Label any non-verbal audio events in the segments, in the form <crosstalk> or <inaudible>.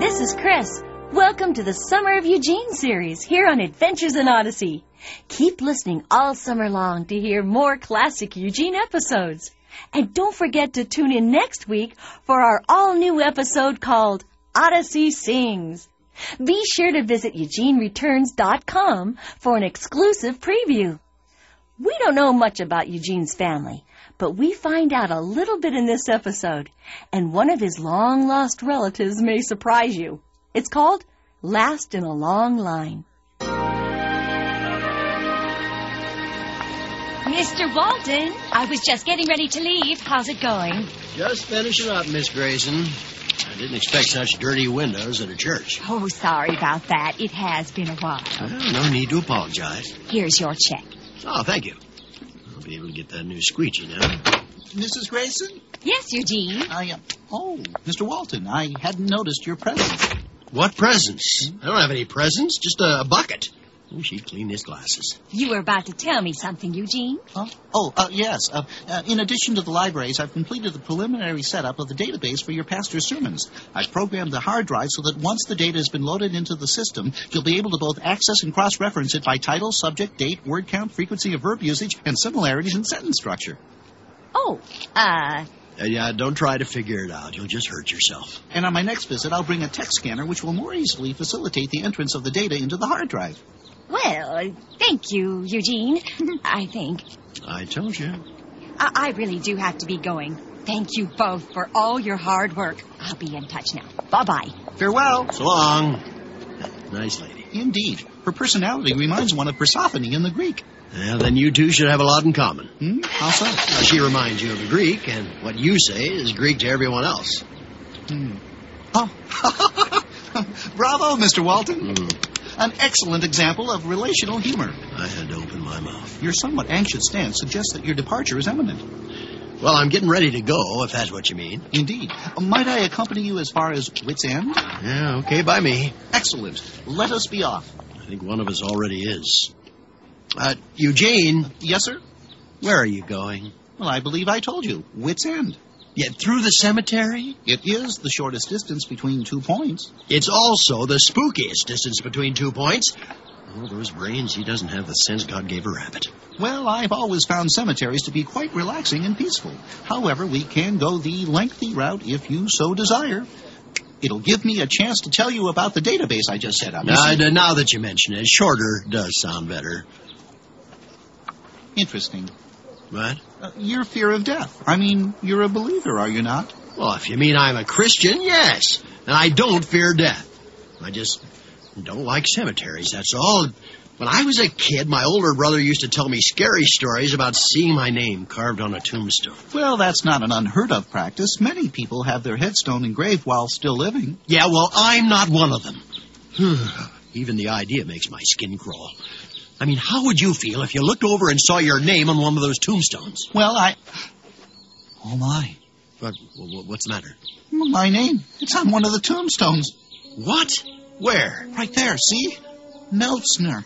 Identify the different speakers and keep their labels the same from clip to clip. Speaker 1: This is Chris. Welcome to the Summer of Eugene series here on Adventures in Odyssey. Keep listening all summer long to hear more classic Eugene episodes. And don't forget to tune in next week for our all new episode called Odyssey Sings. Be sure to visit EugeneReturns.com for an exclusive preview. We don't know much about Eugene's family, but we find out a little bit in this episode, and one of his long lost relatives may surprise you. It's called Last in a Long Line. Mr. Walton, I was just getting ready to leave. How's it going?
Speaker 2: Just finishing up, Miss Grayson. I didn't expect such dirty windows at a church.
Speaker 1: Oh, sorry about that. It has been a while.
Speaker 2: Well, no need to apologize.
Speaker 1: Here's your check.
Speaker 2: Oh, thank you. I'll be able to get that new squeegee now.
Speaker 3: Mrs. Grayson?
Speaker 1: Yes, Eugene.
Speaker 3: I am. oh, Mr. Walton, I hadn't noticed your presence.
Speaker 2: What presents? I don't have any presents, just a, a bucket. Oh, she cleaned his glasses.
Speaker 1: You were about to tell me something, Eugene.
Speaker 3: Huh? Oh, uh, yes. Uh, uh, in addition to the libraries, I've completed the preliminary setup of the database for your pastor's sermons. I've programmed the hard drive so that once the data has been loaded into the system, you'll be able to both access and cross reference it by title, subject, date, word count, frequency of verb usage, and similarities in sentence structure.
Speaker 1: Oh, uh,
Speaker 2: Uh, yeah, don't try to figure it out. You'll just hurt yourself.
Speaker 3: And on my next visit, I'll bring a text scanner which will more easily facilitate the entrance of the data into the hard drive.
Speaker 1: well, thank you, Eugene. <laughs> I think.
Speaker 2: I told you.
Speaker 1: I, I really do have to be going. Thank you both for all your hard work. I'll be in touch now. Bye bye.
Speaker 3: Farewell.
Speaker 2: So long. Nice lady.
Speaker 3: Indeed. Her personality reminds one of Persephone in the Greek.
Speaker 2: Well, then you two should have a lot in common.
Speaker 3: Hmm? How so?
Speaker 2: Now, she reminds you of a Greek, and what you say is Greek to everyone else.
Speaker 3: Hmm. Oh. Bravo, Mr. Walton.
Speaker 2: Hmm.
Speaker 3: An excellent example of relational humor.
Speaker 2: I had to open my mouth.
Speaker 3: Your somewhat anxious stance suggests that your departure is imminent.
Speaker 2: Well, I'm getting ready to go, if that's what you mean.
Speaker 3: Indeed. Might I accompany you as far as Wits End?
Speaker 2: Yeah, okay, by me.
Speaker 3: Excellent. Let us be off.
Speaker 2: I think one of us already is. Uh, Eugene,
Speaker 3: Yes, sir?
Speaker 2: where are you going?
Speaker 3: Well, I believe I told you. Wits End.
Speaker 2: Yet through the cemetery?
Speaker 3: It is the shortest distance between two points.
Speaker 2: It's also the spookiest distance between two points. Oh, those brains, he doesn't have the sense God gave a rabbit.
Speaker 3: Well, I've always found cemeteries to be quite relaxing and peaceful. However, we can go the lengthy route if you so desire. It'll give me a chance to tell you about the database I just set up.
Speaker 2: Now, I- now that you mention it, shorter does sound better.
Speaker 3: Interesting.
Speaker 2: What?
Speaker 3: Uh, your fear of death. I mean, you're a believer, are you not?
Speaker 2: Well, if you mean I'm a Christian, yes. And I don't fear death. I just don't like cemeteries, that's all. When I was a kid, my older brother used to tell me scary stories about seeing my name carved on a tombstone.
Speaker 3: Well, that's not an unheard of practice. Many people have their headstone engraved while still living.
Speaker 2: Yeah, well, I'm not one of them. <sighs> Even the idea makes my skin crawl. I mean, how would you feel if you looked over and saw your name on one of those tombstones?
Speaker 3: Well, I. Oh, my.
Speaker 2: But wh- wh- what's the matter?
Speaker 3: My name. It's on one of the tombstones.
Speaker 2: What? Where?
Speaker 3: Right there, see? Meltzner.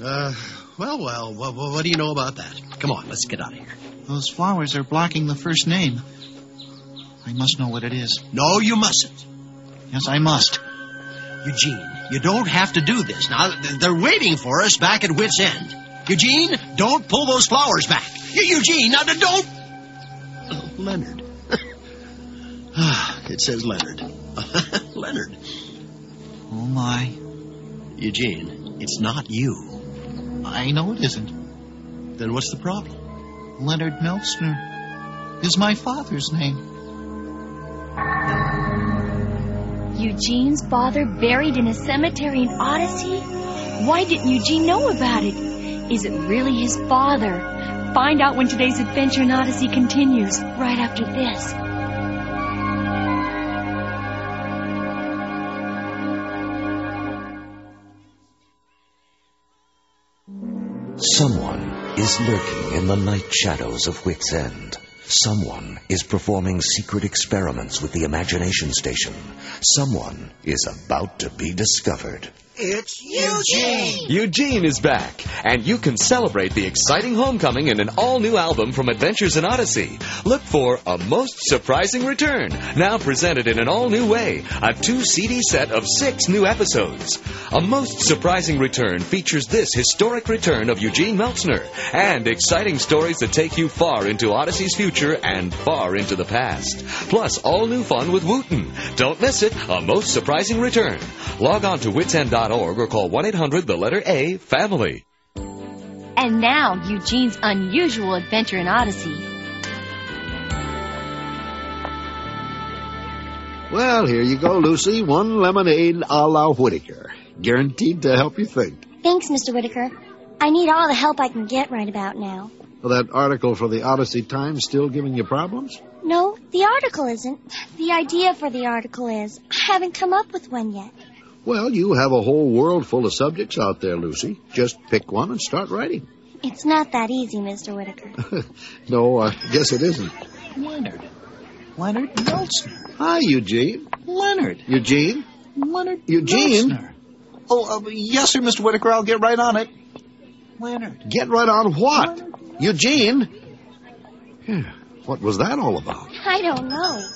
Speaker 2: Uh, well, well, well, well, what do you know about that? Come on, let's get out of here.
Speaker 3: Those flowers are blocking the first name. I must know what it is.
Speaker 2: No, you mustn't.
Speaker 3: Yes, I must.
Speaker 2: Eugene, you don't have to do this. Now, th- they're waiting for us back at Wits End. Eugene, don't pull those flowers back. Eu- Eugene, now, now, don't. Oh, Leonard. <sighs> Ah, it says Leonard. <laughs> Leonard.
Speaker 3: Oh, my.
Speaker 2: Eugene, it's not you.
Speaker 3: I know it isn't.
Speaker 2: Then what's the problem?
Speaker 3: Leonard Meltzner is my father's name.
Speaker 4: Eugene's father buried in a cemetery in Odyssey? Why didn't Eugene know about it? Is it really his father? Find out when today's adventure in Odyssey continues right after this.
Speaker 5: Someone is lurking in the night shadows of Wits End. Someone is performing secret experiments with the imagination station. Someone is about to be discovered.
Speaker 2: It's Eugene!
Speaker 6: Eugene is back, and you can celebrate the exciting homecoming in an all new album from Adventures in Odyssey. Look for A Most Surprising Return, now presented in an all new way, a two CD set of six new episodes. A Most Surprising Return features this historic return of Eugene Meltzner and exciting stories that take you far into Odyssey's future and far into the past. Plus, all new fun with Wooten. Don't miss it, A Most Surprising Return. Log on to witsend.org or call 1 800 the letter A family.
Speaker 4: And now, Eugene's unusual adventure in Odyssey.
Speaker 7: Well, here you go, Lucy. One lemonade a la Whitaker. Guaranteed to help you think.
Speaker 8: Thanks, Mr. Whitaker. I need all the help I can get right about now.
Speaker 7: Well, that article for the Odyssey Times still giving you problems?
Speaker 8: No, the article isn't. The idea for the article is. I haven't come up with one yet.
Speaker 7: Well, you have a whole world full of subjects out there, Lucy. Just pick one and start writing. <laughs>
Speaker 8: It's not that easy, Mr. Whitaker.
Speaker 7: No, I guess it isn't.
Speaker 3: Leonard. Leonard Meltzner.
Speaker 7: Hi, Eugene.
Speaker 3: Leonard.
Speaker 7: Eugene?
Speaker 3: Leonard
Speaker 7: Eugene?
Speaker 3: Meltzner. Oh, uh, yes, sir, Mr. Whitaker. I'll get right on it. Leonard.
Speaker 7: Get right on what? Eugene? Yeah, What was that all about?
Speaker 8: I don't know.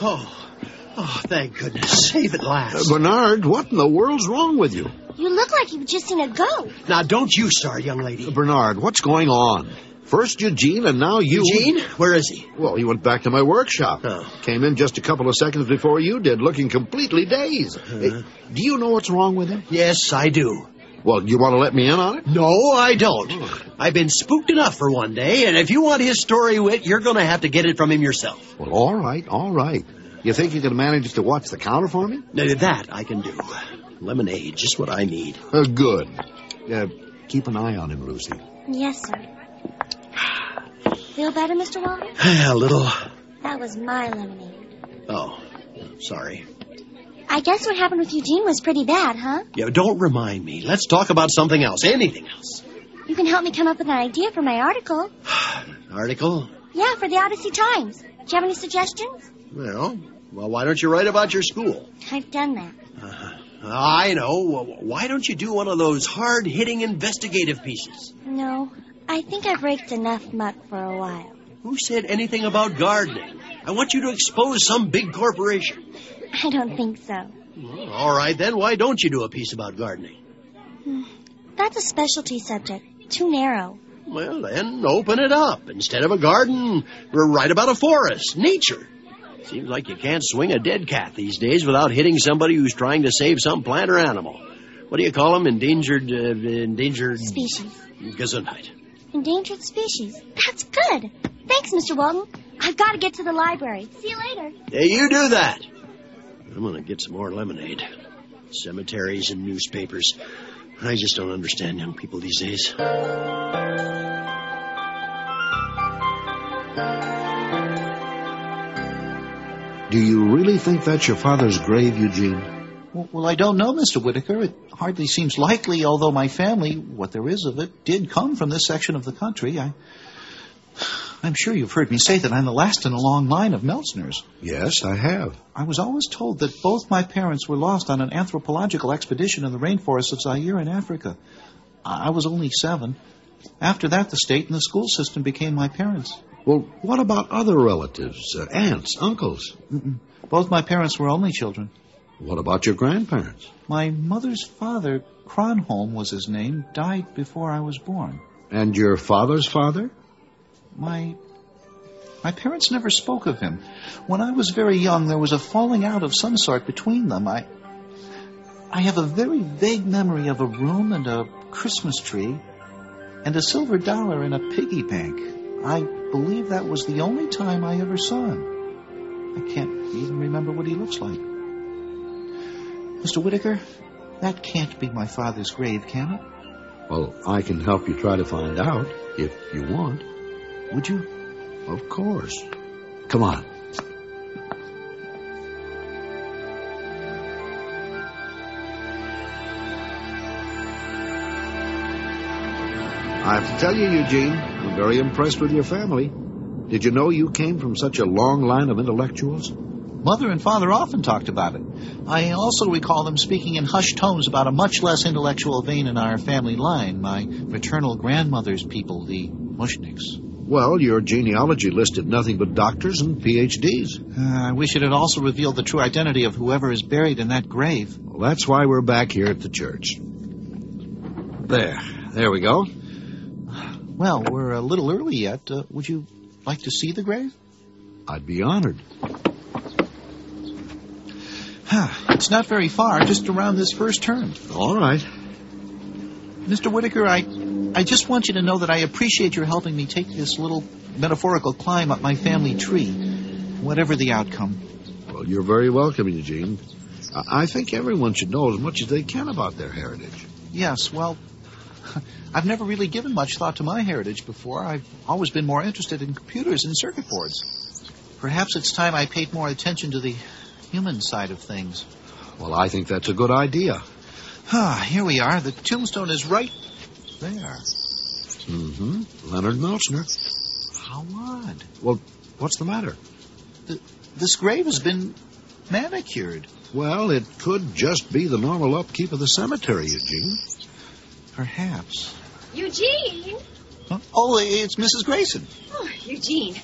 Speaker 2: Oh, oh, thank goodness. Save at
Speaker 7: Uh,
Speaker 2: last.
Speaker 7: Bernard, what in the world's wrong with you?
Speaker 8: You look like you've just seen a goat.
Speaker 2: Now, don't you start, young lady.
Speaker 7: Uh, Bernard, what's going on? First Eugene, and now you.
Speaker 2: Eugene, where is he?
Speaker 7: Well, he went back to my workshop.
Speaker 2: Oh.
Speaker 7: Came in just a couple of seconds before you did, looking completely dazed. Eh, Do you know what's wrong with him?
Speaker 2: Uh-huh. Yes, I do.
Speaker 7: Well, you want to let me in on it?
Speaker 2: No, I don't. I've been spooked enough for one day, and if you want his story wit, you're going to have to get it from him yourself.
Speaker 7: Well, all right, all right. You think you can manage to watch the counter for me?
Speaker 2: Now, that I can do. Lemonade, just what I need.
Speaker 7: Uh, good. Uh, keep an eye on him, Lucy.
Speaker 8: Yes, sir. Feel better, Mr. Walker?
Speaker 2: <sighs> A little.
Speaker 8: That was my lemonade.
Speaker 2: Oh, sorry.
Speaker 8: I guess what happened with Eugene was pretty bad, huh?
Speaker 2: Yeah, don't remind me. Let's talk about something else. Anything else.
Speaker 8: You can help me come up with an idea for my article.
Speaker 2: Article?
Speaker 8: Yeah, for the Odyssey Times. Do you have any suggestions?
Speaker 2: Well, well, why don't you write about your school? Ah,
Speaker 8: I've done that.
Speaker 2: I know. Wh- Why don't you do one of those hard-hitting investigative pieces?
Speaker 8: No, I think I've raked enough muck for a while.
Speaker 2: Who said anything about gardening? I want you to expose some big corporation.
Speaker 8: I don't think so.
Speaker 2: Well, all right, then. Why don't you do a piece about gardening?
Speaker 8: That's a specialty subject. Too narrow.
Speaker 2: Well, then open it up. Instead of a garden, we're right about a forest, nature. Seems like you can't swing a dead cat these days without hitting somebody who's trying to save some plant or animal. What do you call them? Endangered, uh, endangered
Speaker 8: Species.
Speaker 2: Gesundheit.
Speaker 8: Endangered species. That's good. Thanks, Mr. Walton. I've got to get to the library. See you later.
Speaker 2: Yeah, you do that. I'm gonna get some more lemonade. Cemeteries and newspapers. I just don't understand young people these days.
Speaker 7: Do you really think that's your father's grave, Eugene?
Speaker 3: Well, well, I don't know, Mr. Whitaker. It hardly seems likely, although my family, what there is of it, did come from this section of the country. I, I'm sure you've heard me say that I'm the last in a long line of Meltzner's.
Speaker 7: Yes, I have.
Speaker 3: I was always told that both my parents were lost on an anthropological expedition in the rainforests of Zaire in Africa. I I was only seven. After that, the state and the school system became my parents.
Speaker 7: Well, what about other relatives, uh, aunts, uncles?
Speaker 3: Both my parents were only children.
Speaker 7: What about your grandparents?
Speaker 3: My mother's father, Kronholm was his name, died before I was born.
Speaker 7: And your father's father?
Speaker 3: My my parents never spoke of him. When I was very young, there was a falling out of some sort between them. I I have a very vague memory of a room and a Christmas tree and a silver dollar in a piggy bank. I believe that was the only time I ever saw him. I can't even remember what he looks like. Mr. Whitaker, that can't be my father's grave, can it?
Speaker 7: Well, I can help you try to find out if you want.
Speaker 3: Would you
Speaker 7: Of course. Come on. I have to tell you, Eugene, I'm very impressed with your family. Did you know you came from such a long line of intellectuals?
Speaker 3: Mother and father often talked about it. I also recall them speaking in hushed tones about a much less intellectual vein in our family line, my maternal grandmother's people, the Mushniks.
Speaker 7: Well, your genealogy listed nothing but doctors and PhDs.
Speaker 3: Uh, I wish it had also revealed the true identity of whoever is buried in that grave.
Speaker 7: Well, that's why we're back here at the church. There. There we go.
Speaker 3: Well, we're a little early yet. Uh, would you like to see the grave?
Speaker 7: I'd be honored.
Speaker 3: <sighs> it's not very far, just around this first turn.
Speaker 7: All right.
Speaker 3: Mr. Whitaker, I, I just want you to know that I appreciate your helping me take this little metaphorical climb up my family tree, whatever the outcome.
Speaker 7: Well, you're very welcome, Eugene. I I think everyone should know as much as they can about their heritage.
Speaker 3: Yes, well, <laughs> I've never really given much thought to my heritage before. I've always been more interested in computers and circuit boards. Perhaps it's time I paid more attention to the human side of things.
Speaker 7: Well, I think that's a good idea.
Speaker 3: Ah, here we are. The tombstone is right there.
Speaker 7: Mm-hmm. Leonard Melchner.
Speaker 3: How odd.
Speaker 7: Well, what's the matter?
Speaker 3: This grave has been manicured.
Speaker 7: Well, it could just be the normal upkeep of the cemetery, Eugene.
Speaker 3: Perhaps.
Speaker 9: Eugene!
Speaker 3: Oh, it's Mrs. Grayson.
Speaker 10: Oh, Eugene,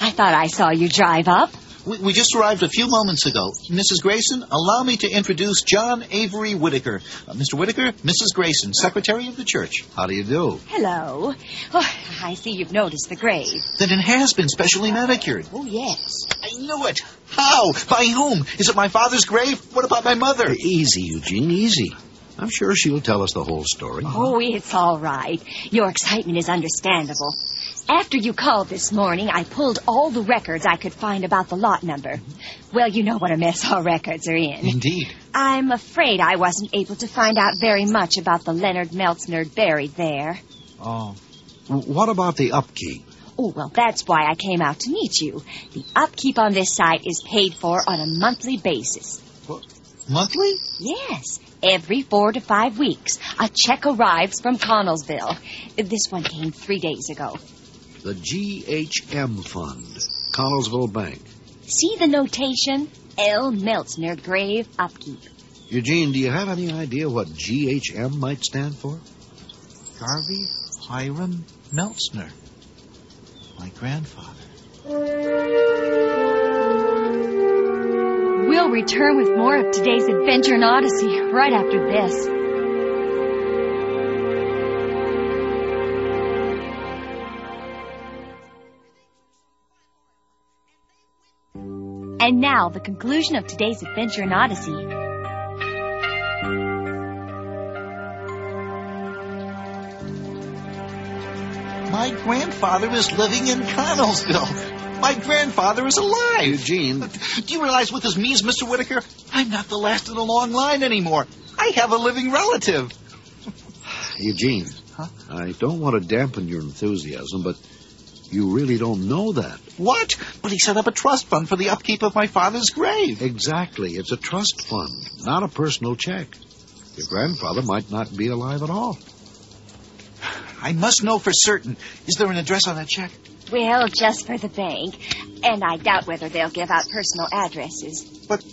Speaker 10: I thought I saw you drive up.
Speaker 3: We, we just arrived a few moments ago. Mrs. Grayson, allow me to introduce John Avery Whitaker. Uh, Mr. Whitaker, Mrs. Grayson, Secretary of the Church.
Speaker 7: How do you do?
Speaker 10: Hello. Oh, I see you've noticed the grave.
Speaker 3: Then it has been specially manicured.
Speaker 10: Oh, yes.
Speaker 3: I knew it. How? By whom? Is it my father's grave? What about my mother?
Speaker 7: Easy, Eugene, easy. I'm sure she'll tell us the whole story.
Speaker 10: Oh, it's all right. Your excitement is understandable. After you called this morning, I pulled all the records I could find about the lot number. Well, you know what a mess our records are
Speaker 3: <laughs>
Speaker 10: in.
Speaker 3: Indeed.
Speaker 10: I'm afraid I wasn't able to find out very much about the Leonard Meltzner buried there.
Speaker 3: Oh.
Speaker 7: W- What about the upkeep?
Speaker 10: Oh, well, that's why I came out to meet you. The upkeep on this site is paid for on a monthly basis.
Speaker 3: Monthly?
Speaker 10: Yes, every four to five weeks, a check arrives from Connellsville. This one came three days ago.
Speaker 7: The GHM Fund, Connellsville Bank.
Speaker 10: See the notation? L. Meltzner Grave Upkeep.
Speaker 7: Eugene, do you have any idea what GHM might stand for?
Speaker 3: Garvey Hiram Meltzner. My grandfather.
Speaker 10: We'll return with more of today's adventure in Odyssey right after this. And now, the conclusion of today's adventure in Odyssey.
Speaker 3: My grandfather is living in Connellsville. My grandfather is alive.
Speaker 7: Eugene,
Speaker 3: Do you realize what this means, Mr. Whitaker? I'm not the last in the long line anymore. I have a living relative.
Speaker 7: Eugene,
Speaker 3: Huh?
Speaker 7: I don't want to dampen your enthusiasm, but you really don't know that.
Speaker 3: What? But he set up a trust fund for the upkeep of my father's grave.
Speaker 7: Exactly. It's a trust fund, not a personal check. Your grandfather might not be alive at all.
Speaker 3: I must know for certain. Is there an address on that check?
Speaker 10: Well, just for the bank. And I doubt whether they'll give out personal addresses.
Speaker 3: But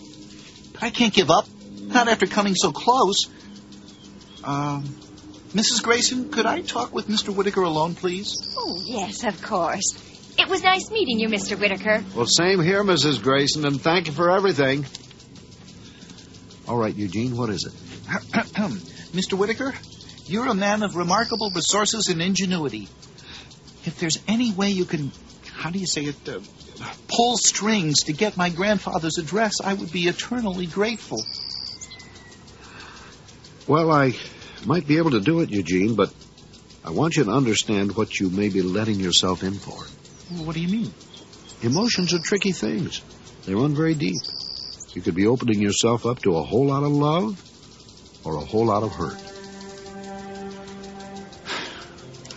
Speaker 3: I can't give up. Not after coming so close. Um, Mrs. Grayson, could I talk with Mr. Whitaker alone, please? <clears throat>
Speaker 10: Oh, yes, of course. It was nice meeting you, Mr. Whitaker.
Speaker 7: Well, same here, Mrs. Grayson, and thank you for everything. All right, Eugene, what is it?
Speaker 3: Mr. Whitaker, you're a man of remarkable resources and ingenuity. If there's any way you can, how do you say it, uh, pull strings to get my grandfather's address, I would be eternally grateful.
Speaker 7: Well, I might be able to do it, Eugene, but I want you to understand what you may be letting yourself in for.
Speaker 3: What do you mean?
Speaker 7: Emotions are tricky things. They run very deep. You could be opening yourself up to a whole lot of love or a whole lot of hurt.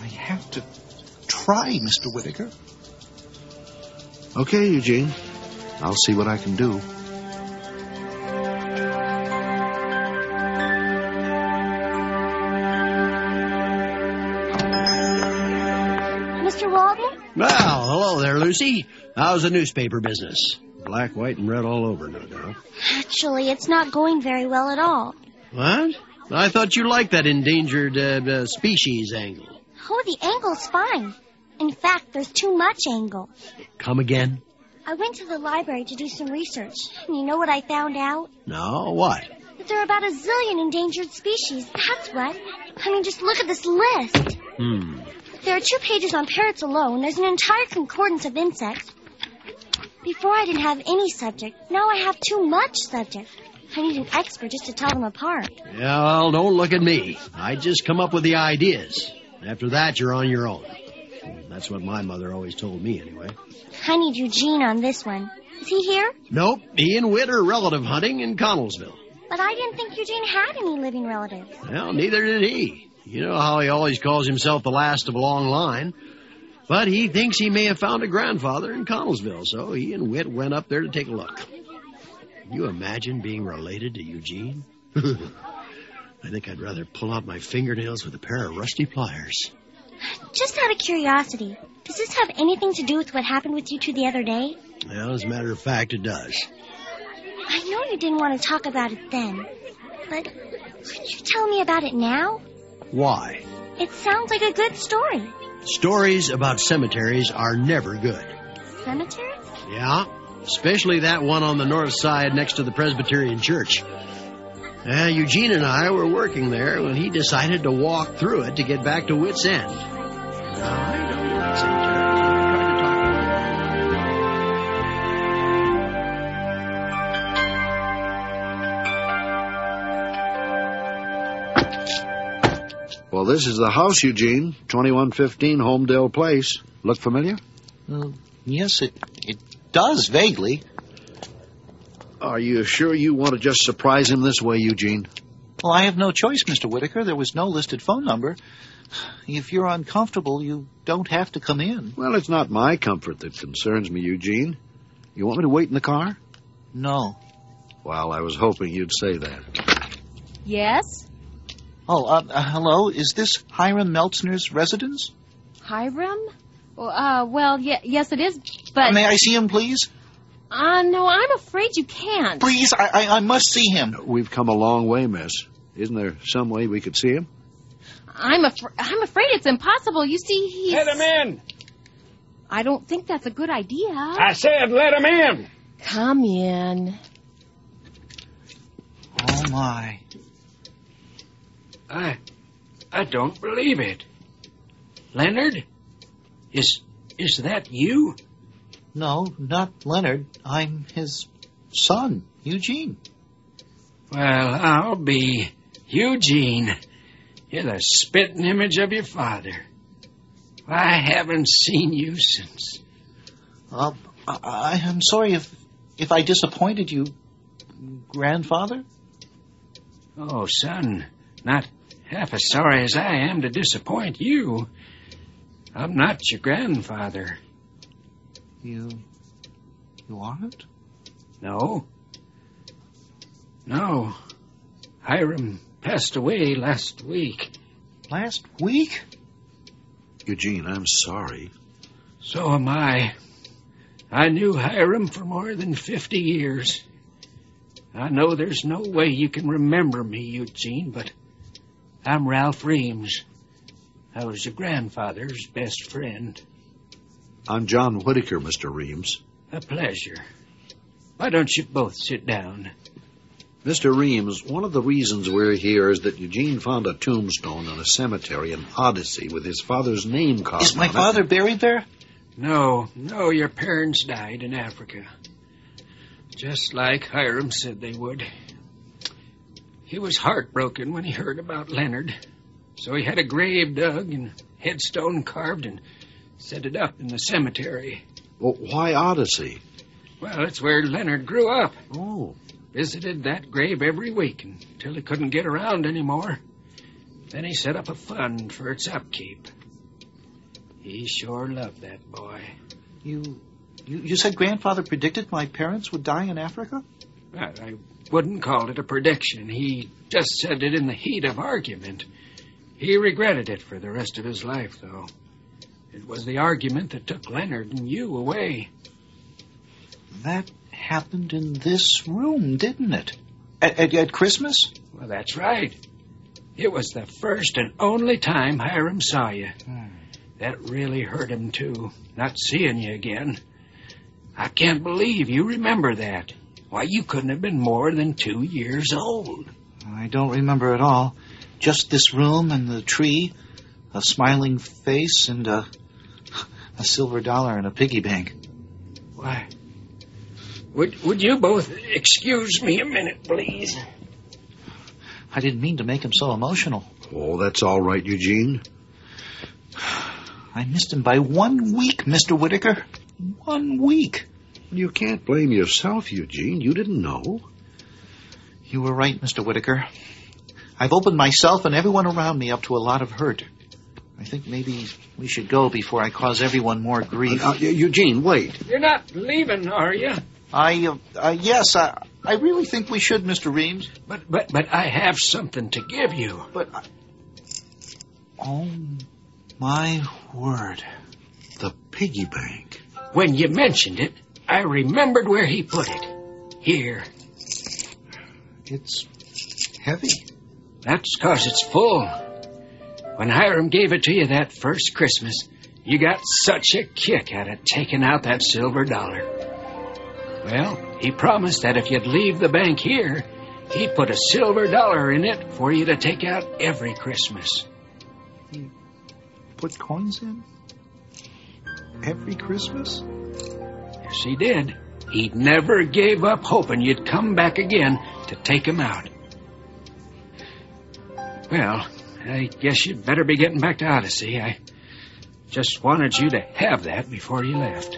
Speaker 3: I have to try, Mr. Whitaker.
Speaker 7: Okay, Eugene. I'll see what I can do.
Speaker 9: Mr. Walden?
Speaker 2: Well, hello there, Lucy. How's the newspaper business?
Speaker 7: Black, white, and red all over, no doubt.
Speaker 8: Actually, it's not going very well at all.
Speaker 2: What? I thought you liked that endangered uh, uh, species angle.
Speaker 8: Oh, the angle's fine. In fact, there's too much angle.
Speaker 2: Come again?
Speaker 8: I went to the library to do some research, and you know what I found out?
Speaker 2: No, what?
Speaker 8: That there are about a zillion endangered species. That's what. I mean, just look at this list.
Speaker 2: Hmm.
Speaker 8: There are two pages on parrots alone. There's an entire concordance of insects. Before I didn't have any subject. Now I have too much subject. I need an expert just to tell them apart.
Speaker 2: Yeah, well, don't look at me. I just come up with the ideas. After that, you're on your own. That's what my mother always told me, anyway.
Speaker 8: I need Eugene on this one. Is he here?
Speaker 2: Nope, he and Witt are relative hunting in Connellsville.
Speaker 8: But I didn't think Eugene had any living relatives.
Speaker 2: Well, neither did he. You know how he always calls himself the last of a long line. But he thinks he may have found a grandfather in Connellsville, so he and Witt went up there to take a look. Can you imagine being related to Eugene? <laughs> I think I'd rather pull out my fingernails with a pair of rusty pliers.
Speaker 8: Just out of curiosity, does this have anything to do with what happened with you two the other day?
Speaker 2: Well, as a matter of fact, it does.
Speaker 8: I know you didn't want to talk about it then, but could you tell me about it now?
Speaker 2: Why?
Speaker 8: It sounds like a good story.
Speaker 2: Stories about cemeteries are never good.
Speaker 8: Cemetery?
Speaker 2: Yeah, especially that one on the north side next to the Presbyterian Church. Uh, Eugene and I were working there when he decided to walk through it to get back to Wits End. I don't like cemeteries. I tried to talk
Speaker 7: Well, this is the house, Eugene. 2115 Homedale Place. Look familiar?
Speaker 3: Yes, it, it does vaguely.
Speaker 7: Are you sure you want to just surprise him this way, Eugene?
Speaker 3: Well, I have no choice, Mr. Whitaker. There was no listed phone number. If you're uncomfortable, you don't have to come in.
Speaker 7: Well, it's not my comfort that concerns me, Eugene. You want me to wait in the car?
Speaker 3: No.
Speaker 7: Well, I was hoping you'd say that.
Speaker 1: Yes?
Speaker 3: Oh, uh, uh, hello. Is this Hiram Meltzner's residence?
Speaker 1: Hiram? Well, Uh, well, ye- yes, it is, but.
Speaker 3: May I see him, please?
Speaker 1: Uh, no, I'm afraid you can't.
Speaker 3: Please, I, I, I must see him.
Speaker 7: We've come a long way, miss. Isn't there some way we could see him?
Speaker 1: I'm, afr- I'm afraid it's impossible. You see, he's.
Speaker 11: Let him in.
Speaker 1: I don't think that's a good idea.
Speaker 11: I said, let him in.
Speaker 1: Come in.
Speaker 3: Oh, my.
Speaker 11: I, I don't believe it. Leonard, is is that you?
Speaker 3: No, not Leonard. I'm his son, Eugene.
Speaker 11: Well, I'll be Eugene. You're the spitting image of your father. I haven't seen you since.
Speaker 3: Uh,
Speaker 11: Oh.
Speaker 3: I, I- I'm sorry if if I disappointed you, grandfather.
Speaker 11: Oh, son, not half as sorry as I am to disappoint you. I'm not your grandfather.
Speaker 3: You you aren't?
Speaker 11: No. No. Hiram passed away last week.
Speaker 3: Last week?
Speaker 7: Eugene, I'm sorry.
Speaker 11: So am I. I knew Hiram for more than 50 years. I know there's no way you can remember me, Eugene, but I'm Ralph Reams. I was your grandfather's best friend.
Speaker 7: I'm John Whitaker, Mr. Reams.
Speaker 11: A pleasure. Why don't you both sit down?
Speaker 7: Mr. Reams, one of the reasons we're here is that Eugene found a tombstone in a cemetery in Odyssey with his father's name carved
Speaker 3: Is my
Speaker 7: on it.
Speaker 3: father buried there?
Speaker 11: No, no, your parents died in Africa. Just like Hiram said they would. He was heartbroken when he heard about Leonard, so he had a grave dug and headstone carved and set it up in the cemetery.
Speaker 7: Well, why Odyssey?
Speaker 11: Well, it's where Leonard grew up.
Speaker 7: Oh,
Speaker 11: Visited that grave every week until he couldn't get around anymore. Then he set up a fund for its upkeep. He sure loved that boy.
Speaker 3: You you, you said grandfather predicted my parents would die in Africa?
Speaker 11: I, I wouldn't call it a prediction. He just said it in the heat of argument. He regretted it for the rest of his life, though. It was the argument that took Leonard and you away.
Speaker 3: That happened in this room, didn't it? At, at, at Christmas?
Speaker 11: Well, that's right. It was the first and only time Hiram saw you. That really hurt him, too, not seeing you again. I can't believe you remember that. Why, you couldn't have been more than two years old.
Speaker 3: I don't remember at all. Just this room and the tree, a smiling face, and a, a silver dollar in a piggy bank.
Speaker 11: Why? Would, would you both excuse me a minute, please?
Speaker 3: I didn't mean to make him so emotional.
Speaker 7: Oh, that's all right, Eugene.
Speaker 3: I missed him by one week, Mr. Whitaker. One week.
Speaker 7: You can't blame yourself, Eugene. You didn't know.
Speaker 3: You were right, Mr. Whitaker. I've opened myself and everyone around me up to a lot of hurt. I think maybe we should go before I cause everyone more grief.
Speaker 7: Uh, E- Eugene, wait.
Speaker 11: You're not leaving, are you?
Speaker 3: I, uh, uh, yes, I, I really think we should, Mr. Reams.
Speaker 11: But, but, but I have something to give you.
Speaker 3: But, I... oh my word!
Speaker 7: The piggy bank.
Speaker 11: When you mentioned it, I remembered where he put it. Here.
Speaker 7: It's heavy.
Speaker 11: That's 'cause it's full. When Hiram gave it to you that first Christmas, you got such a kick out of taking out that silver dollar. Well, he promised that if you'd leave the bank here, he'd put a silver dollar in it for you to take out every Christmas.
Speaker 7: Put coins in? Every Christmas?
Speaker 11: Yes, he did. He never gave up hoping you'd come back again to take him out. Well, I guess you'd better be getting back to Odyssey. I just wanted you to have that before you left.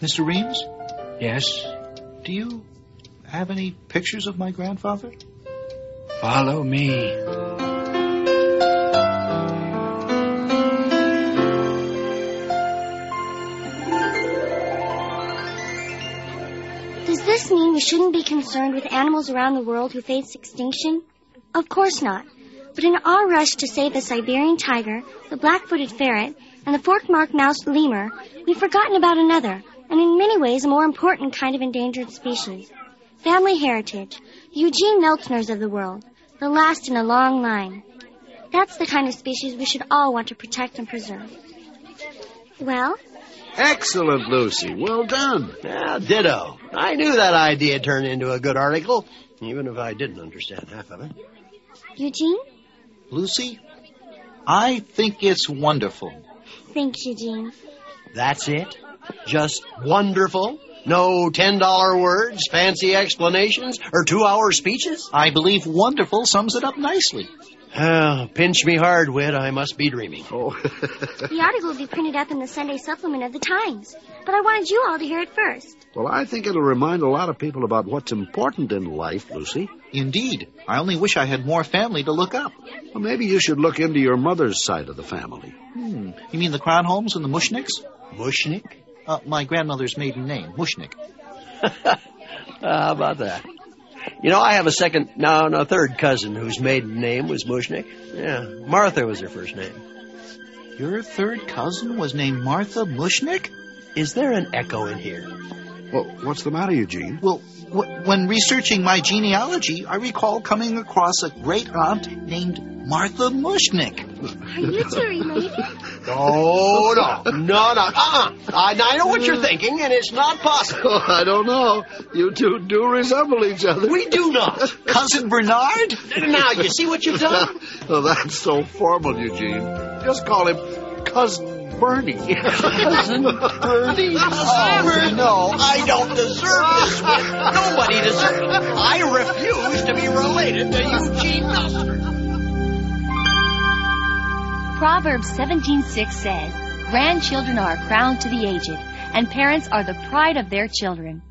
Speaker 3: Mr. Reams,
Speaker 11: Yes,
Speaker 3: do you have any pictures of my grandfather?
Speaker 11: follow me.
Speaker 8: Does this mean we shouldn't be concerned with animals around the world who face extinction? Of course not. But in our rush to save the Siberian tiger, the black-footed ferret, and the fork-marked mouse lemur, we've forgotten about another, and in many ways a more important kind of endangered species. Family heritage, the Eugene Meltners of the world, the last in a long line. That's the kind of species we should all want to protect and preserve. Well,
Speaker 7: Excellent, Lucy. Well done.
Speaker 2: Ah, ditto. I knew that idea turned into a good article, even if I didn't understand half of it.
Speaker 8: Eugene?
Speaker 3: Lucy, I think it's wonderful.
Speaker 8: Thanks, Eugene.
Speaker 2: That's it? Just wonderful? No $10 words, fancy explanations, or two hour speeches?
Speaker 3: I believe wonderful sums it up nicely.
Speaker 2: Ah, pinch me hard, Wit. I must be dreaming.
Speaker 3: <laughs>
Speaker 7: Oh.
Speaker 8: The article will be printed up in the Sunday supplement of the Times, but I wanted you all to hear it first.
Speaker 7: well, I think it'll remind a lot of people about what's important in life, Lucy.
Speaker 3: Indeed, I only wish I had more family to look up.
Speaker 7: Well, maybe you should look into your mother's side of the family.
Speaker 3: Hmm. You mean the Cronholms and the Mushnicks?
Speaker 2: Mushnik?
Speaker 3: Uh, my grandmother's maiden name,
Speaker 11: <laughs>
Speaker 3: Mushnick.
Speaker 11: Ah,
Speaker 2: How about that? You know, I have a second, no, no, third cousin whose maiden name was Mushnik. Yeah, Martha was her first name.
Speaker 3: Your third cousin was named Martha Mushnick?
Speaker 2: Is there an echo in here?
Speaker 7: Well, what's the matter, Eugene?
Speaker 3: Well, w- when researching my genealogy, I recall coming across a great aunt named Martha Mushnick.
Speaker 8: Are you two
Speaker 7: <laughs>
Speaker 8: related?
Speaker 2: No, no, no, no. Uh-uh. I, I know what you're thinking, and it's not possible.
Speaker 7: Oh, <laughs> I don't know. You two do resemble each other.
Speaker 2: We
Speaker 7: <laughs>
Speaker 2: do not.
Speaker 3: Cousin Bernard?
Speaker 2: Now, you see what you've done?
Speaker 7: well, that's so formal, Eugene. Just call him Cousin
Speaker 2: <laughs>
Speaker 7: Bernie. Cousin <laughs> Bernie?
Speaker 2: Oh, no, I don't deserve this one. Nobody deserves it. I refuse to be related to Eugene Meltner.
Speaker 4: Proverbs 17:6 says, "Grandchildren are a crown to the aged, and parents are the pride of their children."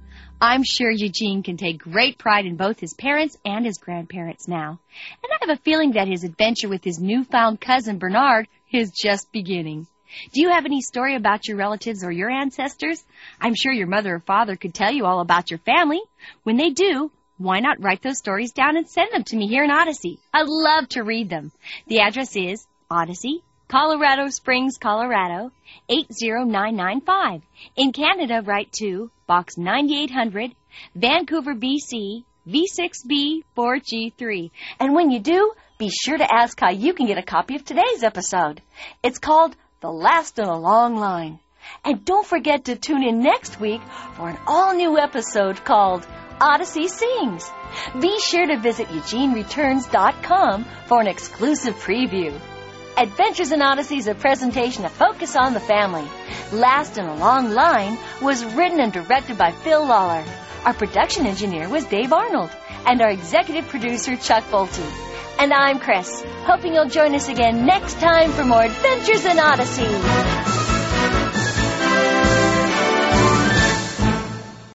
Speaker 4: I'm sure Eugene can take great pride in both his parents and his grandparents now. And I have a feeling that his adventure with his newfound cousin Bernard is just beginning. Do you have any story about your relatives or your ancestors? I'm sure your mother or father could tell you all about your family. When they do, why not write those stories down and send them to me here in Odyssey? I'd love to read them. The address is Odyssey
Speaker 1: Colorado Springs, Colorado 80995. In Canada, write to Box 9800, Vancouver, BC V6B4G3. And when you do, be sure to ask how you can get a copy of today's episode. It's called The Last in a Long Line. And don't forget to tune in next week for an all new episode called Odyssey Sings. Be sure to visit EugeneReturns.com for an exclusive preview. Adventures in Odyssey is a presentation of Focus on the Family. Last in a Long Line was written and directed by Phil Lawler. Our production engineer was Dave Arnold, and our executive producer, Chuck Bolte. And I'm Chris, hoping you'll join us again next time for more Adventures in Odyssey.